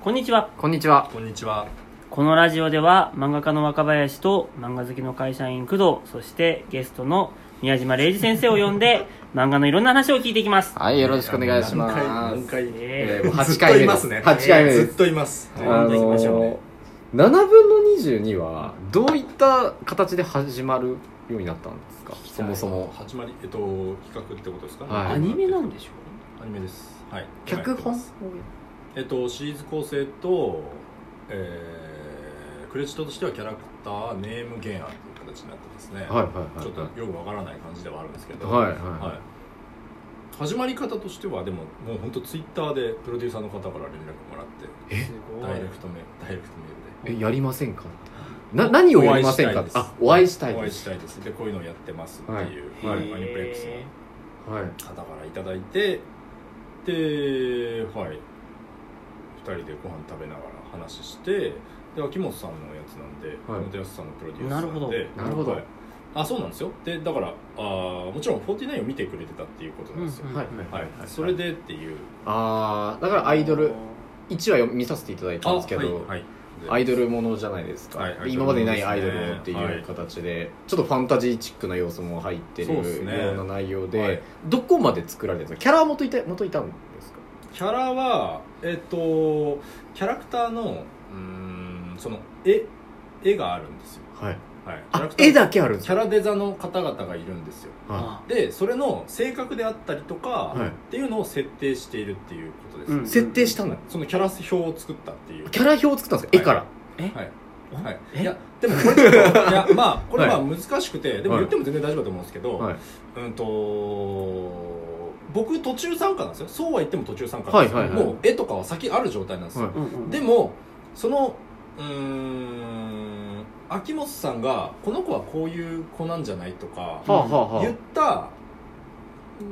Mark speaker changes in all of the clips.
Speaker 1: こんにちは
Speaker 2: こんにちは。
Speaker 3: こんにちは。
Speaker 1: このラジオでは漫画家の若林と漫画好きの会社員工藤そしてゲストの宮島礼二先生を呼んで 漫画のいろんな話を聞いていきます
Speaker 2: はい、よろしくお願いします。
Speaker 3: 何回何回
Speaker 2: え
Speaker 1: え
Speaker 2: ーもう8
Speaker 3: ずっと
Speaker 2: 回目
Speaker 3: い
Speaker 2: で。
Speaker 3: ますすね。
Speaker 2: 8回目
Speaker 3: ず
Speaker 2: で
Speaker 3: っ
Speaker 2: す。
Speaker 3: といます。
Speaker 2: あ
Speaker 1: どんどん行きましょう
Speaker 2: のー、7分の22は、どういった形で始まるようになったんですかそもそも。
Speaker 3: 始まり、えっと、企画ってことですかね。
Speaker 2: はい
Speaker 1: アニメなんでしょ
Speaker 3: アニメです。はい。
Speaker 2: 脚本
Speaker 3: えっと、シリーズ構成と、えー、クレジットとしてはキャラクター、ネーム原案という形になってますね。
Speaker 2: はいはいはい。
Speaker 3: ちょっとよくわからない感じではあるんですけど。
Speaker 2: はいはい
Speaker 3: はい始まり方としてはでももう本当ツイッターでプロデューサーの方から連絡もらって
Speaker 1: えすごい
Speaker 3: ダイレクトメダイレクトメールで
Speaker 2: え、やりませんかな、何をやりませんか
Speaker 3: お会いした
Speaker 2: あ、お会いしたい
Speaker 3: いですお会
Speaker 2: で
Speaker 3: い
Speaker 2: す。
Speaker 3: したいですでこういうのをやってますっていう、
Speaker 2: は
Speaker 3: はいい
Speaker 2: へ
Speaker 3: アニプレックス
Speaker 1: へ
Speaker 2: はい。
Speaker 3: の方からいただいてではい2人でご飯食べながら話してで秋元さんのやつなんで
Speaker 2: はい
Speaker 3: 本安さんのプロデューサ
Speaker 1: なるほど
Speaker 3: ーで
Speaker 2: なるほど
Speaker 3: はいあそうなんですよでだからあーもちろん49を見てくれてたっていうことなんですよ、
Speaker 1: うん
Speaker 2: はい
Speaker 3: はいそれ。でっていう
Speaker 2: あー、だからアイドル、1話見させていただいたんですけど、
Speaker 3: はいはい
Speaker 2: アイドルものじゃないですか、
Speaker 3: は
Speaker 2: で
Speaker 3: いアイドル
Speaker 2: 今までにないアイドルって
Speaker 3: はいいう
Speaker 2: 形で、ちょっとファンタジーチックな要素も入ってる
Speaker 3: そ
Speaker 2: よ
Speaker 3: うですね
Speaker 2: うな内容で、
Speaker 3: はい
Speaker 2: どこまで作られてるんですかキャラは元いた元いたんですか
Speaker 3: キャラはえっ、とキャラクターのうーんその絵絵があるんですよ
Speaker 2: はい
Speaker 3: はい、キャラ
Speaker 2: あ
Speaker 3: クター
Speaker 2: 絵だけあるんで
Speaker 3: キ
Speaker 2: す
Speaker 3: ャ
Speaker 2: か
Speaker 3: ラデザの方々がいるんですよ
Speaker 2: は
Speaker 1: あ
Speaker 3: でそれの性格であったりとか、
Speaker 2: はい
Speaker 3: っていうのを設定しているっていうことです、
Speaker 1: うん
Speaker 2: い設定したの
Speaker 3: そのキャラ表を作ったっていう
Speaker 2: キャラ表を作ったんですか絵から、
Speaker 3: はい
Speaker 1: お
Speaker 3: はい、
Speaker 1: え
Speaker 3: いやでもこれちょっといや まあこれまあ難しくて、でも
Speaker 2: はい
Speaker 3: 言っても全然大丈夫だと思うんですけど、
Speaker 2: はい
Speaker 3: うんと僕途中参加なんですよそうは言っても途中参加なんですよ、
Speaker 2: はいはいはい
Speaker 3: もう絵とかは先ある状態なんですよ、
Speaker 2: は
Speaker 1: うんうん
Speaker 3: でもそのうーん秋元さんがこの子はこういう子なんじゃないとか
Speaker 2: はあはあは
Speaker 3: 言った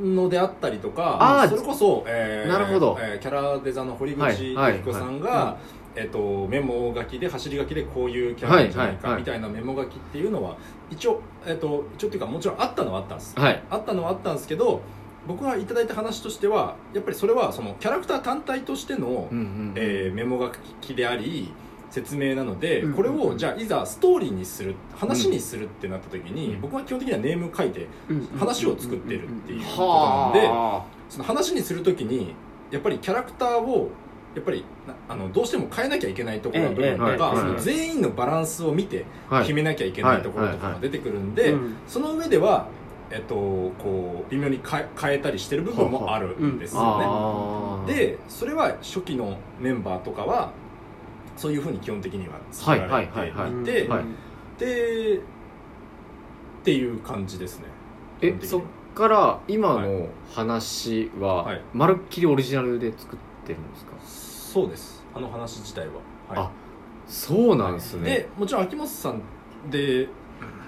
Speaker 3: のであったりと
Speaker 2: あ
Speaker 3: か
Speaker 2: ー
Speaker 3: それこそ、えー
Speaker 2: なるほど
Speaker 3: えーキャラデザの堀
Speaker 2: は
Speaker 3: 口
Speaker 2: いはい
Speaker 3: 由子さんが、
Speaker 2: は
Speaker 3: えっとメモ書きで走り書きでこういうキャラなんじゃない
Speaker 2: はいはい
Speaker 3: か
Speaker 2: はい
Speaker 3: みたいなメモ書きっていうのは一応、えっと一応っていうかもちろんあったのはあったんです
Speaker 2: あはい
Speaker 3: あったのはあったんですけど僕がいただいた話としてはやっぱりそれはそのキャラクター単体としての、
Speaker 2: うんうん
Speaker 3: えーメモ書きであり説明なので、
Speaker 1: うんうん
Speaker 3: これをじゃあいざストーリーにする話にするってなった時に、
Speaker 2: うん
Speaker 3: 僕は基本的にはネーム書いて
Speaker 1: うんうん
Speaker 3: 話を作ってるっていう
Speaker 2: は
Speaker 3: ことなんでその話にする時にやっぱりキャラクターをやっぱりなあのどうしても変えなきゃいけないところの部分と
Speaker 2: ええええ
Speaker 3: か、
Speaker 2: はい
Speaker 3: その
Speaker 2: はい
Speaker 3: 全員のバランスを見て
Speaker 2: あは
Speaker 3: 決
Speaker 2: い
Speaker 3: めなきゃいけないところとか
Speaker 2: は
Speaker 3: が
Speaker 2: い
Speaker 3: 出てくるんで、
Speaker 1: うん
Speaker 3: その上では、えっと、こう微妙に変え変えたりしてる部分もあるんですよね。
Speaker 2: あー
Speaker 3: でそれは初期のメンバーとかはそういうふうに基本的には作られて
Speaker 2: はいはい
Speaker 3: い
Speaker 1: うん
Speaker 3: て
Speaker 2: はい
Speaker 3: でっていう感じですね基
Speaker 2: え
Speaker 3: 本的
Speaker 2: そ
Speaker 3: に
Speaker 2: っから今の話
Speaker 3: は
Speaker 2: はいまるっきりオリジナルで作ってるんですか、
Speaker 3: そうですあの話自体は、
Speaker 2: あ
Speaker 3: は
Speaker 2: そうなんです
Speaker 3: い、
Speaker 2: ね
Speaker 3: でもちろん秋元さんで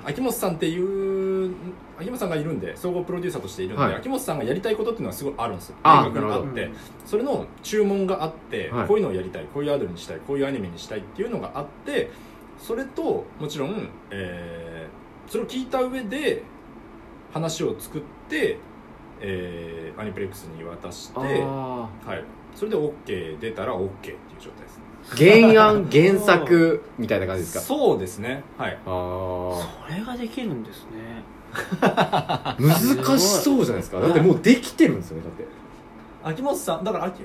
Speaker 3: 秋元さんっていう秋元さんがいるんで総合プロデューサーとしているんで、
Speaker 2: はい
Speaker 3: 秋元さんがやりたいことっていうのはすごいあるんですよ
Speaker 2: あ
Speaker 3: 明確にあ
Speaker 1: な
Speaker 3: っ
Speaker 1: る
Speaker 3: て、
Speaker 1: ほど
Speaker 3: それの注文があって、
Speaker 2: はい
Speaker 3: こういうのをやりたいこういうアイドルにしたいこういうアニメにしたいっていうのがあってそれともちろん、えーそれを聞いた上で話を作って、えーアニプレックスに渡して、
Speaker 2: あ
Speaker 3: は
Speaker 2: ー
Speaker 3: い、それで OK 出たら OK っていう状態ですね
Speaker 2: 原案原作みたいな感じですか
Speaker 3: そうですねはい
Speaker 2: あ
Speaker 1: それができるんですね
Speaker 2: あ難しそうじゃないですか
Speaker 1: すご
Speaker 2: だ
Speaker 1: い
Speaker 2: ってもうできてるんですよねだって
Speaker 3: 秋元さんだから秋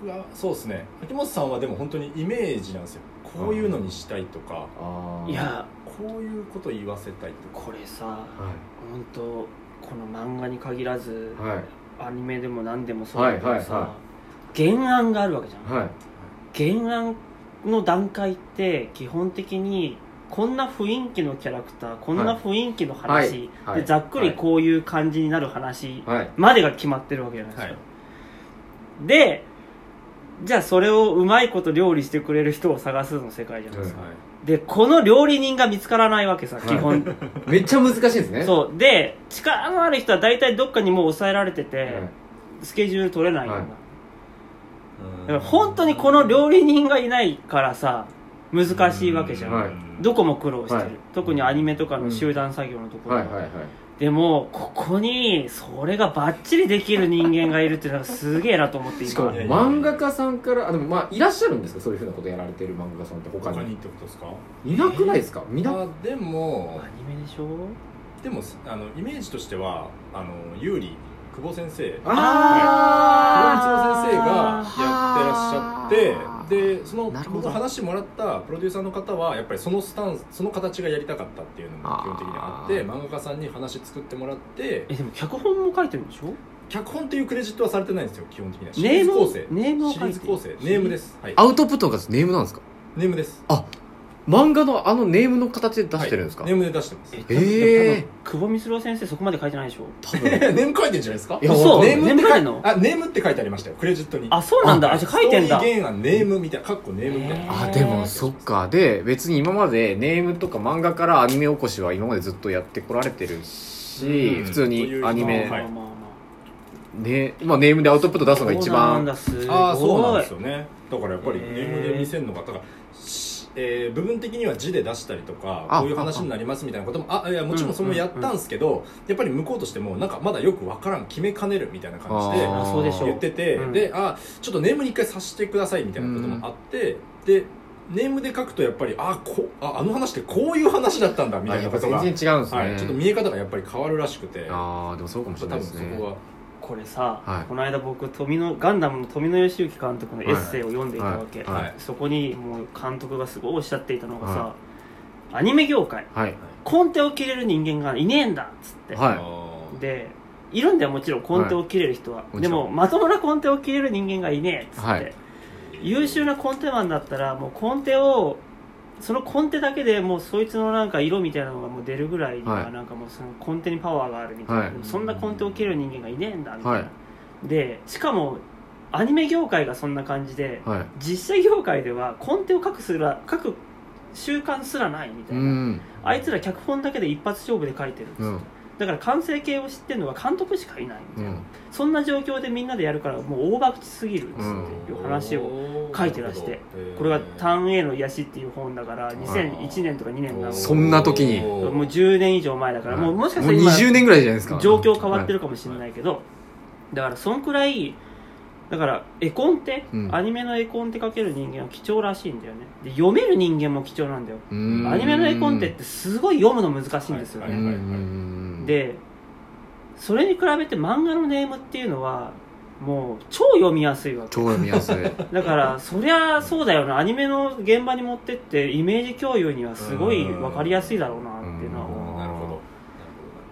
Speaker 3: 僕がそうですね秋元さんはでも本当にイメージなんですよこういうのにしたいとか
Speaker 2: あ
Speaker 1: いや
Speaker 3: こういうこと言わせたいとか
Speaker 1: これさ
Speaker 2: は
Speaker 1: 本当この漫画に限らず
Speaker 2: いはい
Speaker 1: アニメでも何でもそうだけどさ、
Speaker 2: はい
Speaker 1: 原案があるわけじゃん、
Speaker 2: はい
Speaker 1: 原案の段階って基本的にこんな雰囲気のキャラクターこんな雰囲気の話、
Speaker 2: はいはい
Speaker 1: でざっくりこういう感じになる話
Speaker 2: はい
Speaker 1: までが決まってるわけじゃないですか、
Speaker 3: はい
Speaker 1: でじゃあそれをうまいこと料理してくれる人を探すの世界じゃないですか、
Speaker 3: はい
Speaker 1: でこの料理人が見つからないわけさ
Speaker 2: はい
Speaker 1: 基本、
Speaker 2: めっちゃ難しいですねう
Speaker 1: そうで力のある人は大体どっかにもう抑えられてて、スケジュール取れないんだ、
Speaker 2: はい
Speaker 3: うん
Speaker 1: だから本当にこの料理人がいないからさ難しいわけじゃん、
Speaker 2: はい
Speaker 1: どこも苦労してる、
Speaker 2: はい
Speaker 1: 特にアニメとかの集団作業のところ、
Speaker 2: はいはいはい
Speaker 1: でもここにそれがバッチリできる人間がいるっていうのがすげえなと思って
Speaker 2: しかも
Speaker 1: 今
Speaker 3: いやいや
Speaker 2: 漫画家さんからあでもまあいらっしゃるんですかそういうふうなことやられてる漫画家さんって他
Speaker 3: 他に
Speaker 2: に
Speaker 3: ってことですか
Speaker 2: いなくないですかみんな
Speaker 3: あでも
Speaker 1: アニメでしょ
Speaker 3: でもあのイメージとしてはあの有利久保先生
Speaker 1: あ
Speaker 3: 久保先生がやってらっしゃってでその
Speaker 2: なるほど
Speaker 3: 僕が話してもらったプロデューサーの方はやっぱりそのスタンスその形がやりたかったっていうのが基本的にあって
Speaker 2: あー
Speaker 3: 漫画家さんに話作ってもらって
Speaker 1: えでも脚本も書いてるんでしょ
Speaker 3: 脚本っていうクレジットはされてないんですよ基本的にはシリ
Speaker 1: ネ
Speaker 3: ー
Speaker 1: ー
Speaker 3: ズ
Speaker 1: ム
Speaker 3: 構
Speaker 1: を
Speaker 3: 成
Speaker 1: ネームを
Speaker 3: シ
Speaker 1: 書
Speaker 3: リー
Speaker 1: い
Speaker 3: ズ
Speaker 1: て
Speaker 3: 構成ネームですはい
Speaker 2: アウトプットの形ネームなんですか
Speaker 3: ネームです
Speaker 2: 漫画のあのネームの形で出してるんですか、
Speaker 3: はいネームで出してます
Speaker 2: えー
Speaker 1: え久保光郎先生そこまで書いてないでしょ
Speaker 2: 多
Speaker 3: ネ
Speaker 2: 分
Speaker 3: ーム書いてんじゃないですか
Speaker 2: いや
Speaker 1: 嘘
Speaker 2: わかん
Speaker 1: ネ
Speaker 2: な
Speaker 1: ー
Speaker 2: い
Speaker 1: ム
Speaker 3: ネ
Speaker 1: 書いてん
Speaker 3: ー
Speaker 1: の
Speaker 3: ムあネームって書いてありましたよクレジットに
Speaker 1: あそうなんだあじゃあ書いてんだ
Speaker 3: ストーリー原案ネームみたいなかっこネームみたいな
Speaker 2: あでもそっかで別に今までネームとか漫画からアニメ起こしは今までずっとやってこられてるし、
Speaker 3: うん
Speaker 2: 普通にアニメ、
Speaker 1: まあ
Speaker 3: はい
Speaker 1: まあまあまあ
Speaker 2: ねまあ、ネームでアウトプット出すのが一
Speaker 1: そうなん
Speaker 2: 番
Speaker 1: だすごい
Speaker 3: ああそうなんですよねだからやっぱり
Speaker 1: へ
Speaker 3: ネ
Speaker 1: ー
Speaker 3: ームで見せるのがだから、しえー部分的には字で出したりとか
Speaker 2: あ
Speaker 3: こういう話になりますみたいなこともあいやもちろんそれもやったんですけど、やっぱり向こうとしてもなんかまだよくわからん決めかねるみたいな感じで
Speaker 2: あ
Speaker 1: あそうでしょう
Speaker 3: 言ってて、
Speaker 1: うん
Speaker 3: であちょっとネームに一回させてくださいみたいなこともあって、でネームで書くとやっぱりあこああの話ってこういう話だったんだみ
Speaker 2: あ
Speaker 3: たい
Speaker 2: や
Speaker 3: な
Speaker 2: っ
Speaker 3: こ
Speaker 2: ぱ
Speaker 3: とが、はい、
Speaker 2: 全然違うんですね、
Speaker 3: ちょっと見え方がやっぱり変わるらしくて
Speaker 2: ああでもそうかもし
Speaker 3: 多
Speaker 2: れない
Speaker 3: 分
Speaker 2: です
Speaker 3: そ
Speaker 2: ね
Speaker 3: こは
Speaker 1: これさ、
Speaker 2: はい
Speaker 1: この間僕富野ガンダムの富野義行監督のエッセイを読んでいたわけ、
Speaker 2: はい
Speaker 3: はい
Speaker 1: そこにもう監督がすごいおっしゃっていたのがさ、アニメ業界
Speaker 2: はい
Speaker 1: コンテを切れる人間がいねえんだっつって、
Speaker 2: はい
Speaker 3: あー
Speaker 1: でいるんだよもちろんコンテを切れる人は、
Speaker 2: い
Speaker 1: で
Speaker 2: もち
Speaker 1: も
Speaker 2: ろ
Speaker 1: まともなコンテを切れる人間がいねえっつって、
Speaker 2: はい
Speaker 1: 優秀なコンテマンだったらもうコンテをそのコンテだけでもうそいつのなんか色みたいなのがもう出るぐらいに
Speaker 2: は
Speaker 1: はいなんかもうそのコンテにパワーがあるみたいな、
Speaker 2: はい
Speaker 1: でもそんなコンテを切れる人間がいねえんだみたいな、
Speaker 2: はい
Speaker 1: でしかもアニメ業界がそんな感じで、
Speaker 2: はい
Speaker 1: 実写業界ではコンテを書くすら書く習慣すらないみた
Speaker 2: う
Speaker 1: いな、
Speaker 2: ん
Speaker 1: あいつら脚本だけで一発勝負で書いてるんです
Speaker 2: う
Speaker 1: よ、
Speaker 2: ん
Speaker 1: だから完成形を知ってるのが監督しかいないみ
Speaker 2: う
Speaker 1: たいな、
Speaker 2: ん
Speaker 1: そんな状況でみんなでやるからもう大博打ちすぎるっつっていう話を、書いてらしてこれが「ター
Speaker 3: ン
Speaker 1: ン A の癒し」っていう本だから2001年とか2年なの
Speaker 2: そんな時に
Speaker 1: もう10年以上前だから、もうもしかしたら
Speaker 2: もう20
Speaker 1: 今
Speaker 2: 年ぐらいじゃないですか
Speaker 1: 状況変わってるかもしれないけど、だからそんくらいだから絵コンって、
Speaker 2: うん
Speaker 1: アニメの絵コンって書ける人間は貴重らしいんだよねで読める人間も貴重なんだよ
Speaker 2: うん
Speaker 1: アニメの絵コンテってすごい読むの難しいんですよ
Speaker 2: う
Speaker 1: ね、
Speaker 2: んうん
Speaker 1: でそれに比べて漫画のネームっていうのはもう超読みやすいわけ
Speaker 2: 超読みやすい
Speaker 1: だからそりゃそうだよなアニメの現場に持ってってイメージ共有にはすごい分かりやすいだろうなっていうのは思う
Speaker 3: なるほど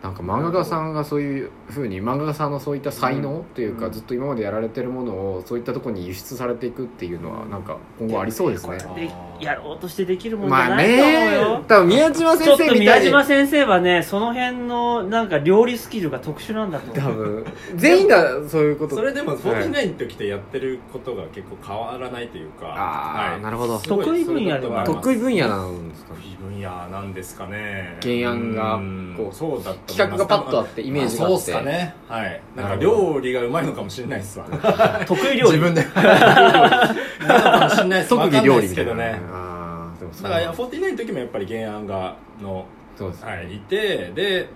Speaker 2: なんか漫画家さんがそういうふうに漫画家さんのそういった才能っていうか、
Speaker 1: うん
Speaker 2: ずっと今までやられてるものをそういったところに輸出されていくっていうのはなんか今後ありそうですね
Speaker 1: これでやろうとしてできるもんじ
Speaker 2: ま
Speaker 1: ゃ
Speaker 2: あ
Speaker 1: ないと思うよ、
Speaker 2: ね多分宮島
Speaker 1: ちょっと
Speaker 2: 先生みた
Speaker 1: 宮
Speaker 2: いに
Speaker 1: 島先生はねその辺のなんか料理スキルが特殊なんだと
Speaker 2: 多
Speaker 1: 思う
Speaker 2: 分全員がそういうこと
Speaker 3: それでも49の時ってやってることが結構変わらないというか、
Speaker 2: あー
Speaker 3: はい
Speaker 2: なるほど
Speaker 3: すごい
Speaker 1: 得意分野ではあります
Speaker 2: 得意分野なんですか
Speaker 3: 得
Speaker 2: ね
Speaker 3: 意分野なんですかね
Speaker 2: 原案が
Speaker 3: うん
Speaker 2: こう
Speaker 3: そうだった
Speaker 2: 企画がパッとあってイ
Speaker 3: イ
Speaker 2: メージがあ
Speaker 3: そ
Speaker 2: っ、
Speaker 3: うってすかねはいなん
Speaker 2: な
Speaker 3: か
Speaker 2: るほ
Speaker 3: 料理がうまいのかもしれないですわ
Speaker 1: 得意料
Speaker 2: 自
Speaker 1: 理
Speaker 2: 分 で特
Speaker 3: うまいのかもしれないですわか
Speaker 2: 技
Speaker 3: んない
Speaker 2: 料
Speaker 3: で
Speaker 2: 理
Speaker 3: す
Speaker 2: み
Speaker 3: け
Speaker 2: たいな
Speaker 3: どね
Speaker 2: あーでもそう
Speaker 3: だから49の時もやっぱり原案がの
Speaker 2: そうですね、
Speaker 3: はい、いてで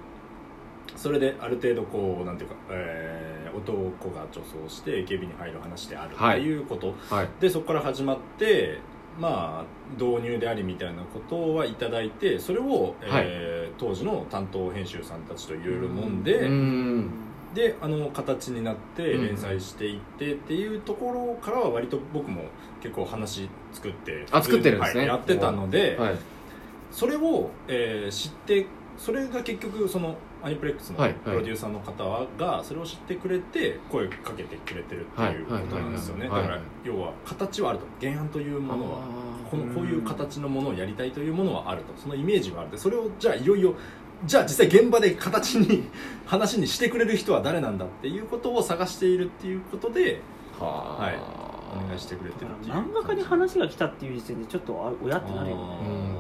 Speaker 3: それである程度こうなんていうか、えー男が女装して AKB に入る話であるって
Speaker 2: はい
Speaker 3: いうこと、
Speaker 2: はい
Speaker 3: でそこから始まってまあ導入でありみたいなことはいただいてそれを、えー当時の担当編集さんたちといろいろ揉んで、
Speaker 2: う
Speaker 1: うん
Speaker 2: ん
Speaker 3: であの形になって
Speaker 2: うん
Speaker 3: 連載していってっていうところからは割と僕も結構話作って
Speaker 2: あ作ってるんですね
Speaker 3: はいやってたので、
Speaker 2: はい
Speaker 3: それを、えー知ってそれが結局そのアニプレックスの
Speaker 2: はいはい
Speaker 3: プロデューサーの方がそれを知ってくれて声かけてくれてるっていうことなんですよねだ
Speaker 2: はい
Speaker 3: か
Speaker 2: はいはいは
Speaker 3: ら
Speaker 2: い
Speaker 3: 要は形はあると原案というものは
Speaker 2: あー
Speaker 3: このこういう形のものをやりたいというものはあるとそのイメージはあるでそれをじゃあいよいよじゃあ実際現場で形に 話にしてくれる人は誰なんだっていうことを探しているっていうことで
Speaker 2: は
Speaker 3: はい
Speaker 2: い
Speaker 3: お願いしてくれてるっていう
Speaker 1: 漫画家に話が来たっていう時点でちょっとあ親ってなるよね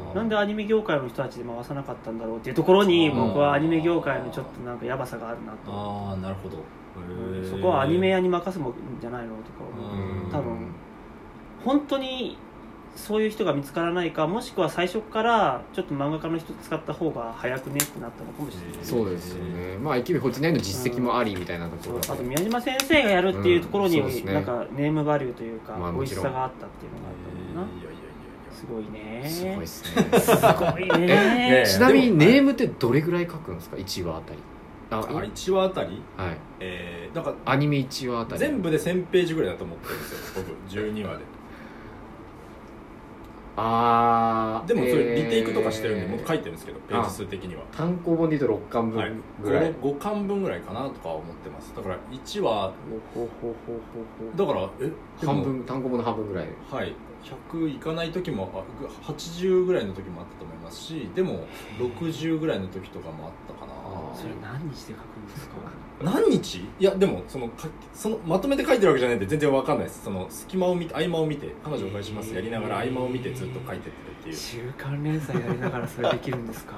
Speaker 2: うん
Speaker 1: なんでアニメ業界の人たちで回さなかったんだろうっていうところに
Speaker 2: うん
Speaker 1: 僕はアニメ業界のちょっとなんかヤバさがあるなと思
Speaker 3: ああなるほど
Speaker 1: う
Speaker 3: へー
Speaker 1: そこはアニメ屋に任すもんじゃないのとか思う
Speaker 3: うん
Speaker 1: 多分本当にそういう人が見つからないかもしくは最初からちょっと漫画家の人使った方が早くねってなったのかもしれない、
Speaker 2: そうですよねまあ駅ビホ1年の実績もありみたいなところ
Speaker 1: あと
Speaker 2: で
Speaker 1: 宮島先生がやるっていうところに、
Speaker 2: うんそうですね
Speaker 1: なんかネームバリューというか、
Speaker 2: まあ
Speaker 1: 美
Speaker 2: も
Speaker 1: 味
Speaker 2: ち
Speaker 1: し
Speaker 2: ろん
Speaker 1: さがあったっていうのがあったんだな、
Speaker 3: いやいやいやい
Speaker 1: すごいね
Speaker 2: すごいです
Speaker 1: す
Speaker 2: ね
Speaker 1: ごいね
Speaker 3: え
Speaker 2: ちなみにネームってどれぐらい書くんですか1話あたりあ
Speaker 3: やあ
Speaker 2: い
Speaker 3: 1話あたり
Speaker 2: はい
Speaker 3: えー、だから
Speaker 2: アニメ1話あたり
Speaker 3: 全部で1000ページぐらいだと思ってるんですよ僕12話で
Speaker 2: ああ
Speaker 3: でもそれリテイクとかしてるんでもっと書いてるんですけどページ数的には
Speaker 2: 単行本で言うと6巻
Speaker 3: はい
Speaker 2: 分ぐらい、
Speaker 3: 5, 5巻分ぐらいかなとか思ってますだから1
Speaker 1: ほう
Speaker 3: 話
Speaker 1: ほうほうほうほう
Speaker 3: だからえでも
Speaker 2: 半分単行本の半分ぐらい
Speaker 3: はい100いかない時もあ80ぐらいの時もあったと思いますしでも60ぐらいの時とかもあったか
Speaker 2: あ
Speaker 1: それ何日で書くんですか
Speaker 3: な何日いやでもそのかそのまとめて書いてるわけじゃないんで全然わかんないですその隙間を見て合間を見て彼女を返しますやりながら合間を見てずっと書いてってるっていう
Speaker 1: 週刊連載やりながらそれできるんですか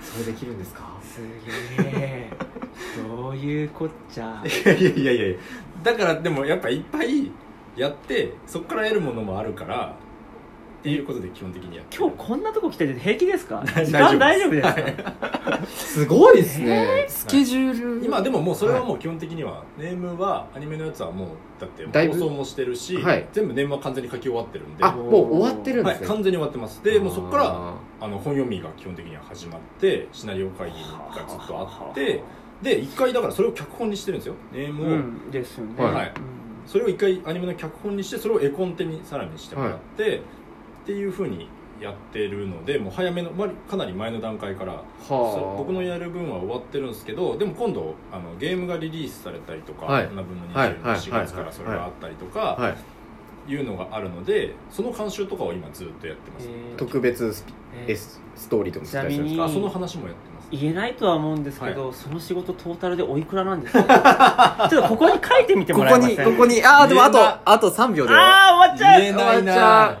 Speaker 2: それできるんです か
Speaker 1: すげえどういうこっちゃ
Speaker 3: いやいやいやいやいやだからでもやっぱいっぱいやってそこから得るものもあるからっていうことで基本的にやってる
Speaker 1: 今日こんなとこ来てて平気ですか
Speaker 3: 大
Speaker 1: 時間 大
Speaker 3: 大
Speaker 1: 丈夫
Speaker 3: 丈夫
Speaker 1: で
Speaker 3: です
Speaker 1: すか、
Speaker 2: すごいですね、スケジュール
Speaker 3: 今でももうそれはもう基本的には、ネームはアニメのやつはもうだって
Speaker 2: だいぶ
Speaker 3: 放送もしてるし、
Speaker 2: はい
Speaker 3: 全部ネームは完全に書き終わってるんで、
Speaker 2: あ
Speaker 3: は
Speaker 2: もう終わってるんで
Speaker 3: い、
Speaker 2: すね、
Speaker 3: 完全に終わってますでもうそこから
Speaker 2: あ
Speaker 3: あの本読みが基本的には始まってシナリオ会議がずっとあってで一回だからそれを脚本にしてるんですよネーム
Speaker 1: う
Speaker 3: を、
Speaker 1: んですよね、
Speaker 2: はい
Speaker 3: それを一回アニメの脚本にしてそれを絵コンテにさらにしてもらって、っていうふうにやってるのでもう早めのまあかなり前の段階から
Speaker 2: ーはあ
Speaker 3: そう僕のやる分は終わってるんですけどでも今度あのゲームがリリースされたりとか、
Speaker 2: はい
Speaker 3: 7分の
Speaker 2: はい
Speaker 3: 20
Speaker 2: はい
Speaker 3: の4月からそれがあったりとか
Speaker 2: はい
Speaker 3: いうのがあるのでその監修とかを今ずっとやってます、
Speaker 1: えー
Speaker 2: 特別スピ
Speaker 1: えー
Speaker 2: エスストーリーとかも
Speaker 1: ちなみに
Speaker 3: あその話もやってます
Speaker 1: 言えないとは思うんですけど、その仕事トータルでおいくらなんですか ちょっとここに書いてみてもらえません
Speaker 2: にあ
Speaker 3: ーでもあと言えな
Speaker 2: あと3秒
Speaker 1: ああ終わっちゃう
Speaker 3: 言えない
Speaker 2: 終わっちゃ
Speaker 3: な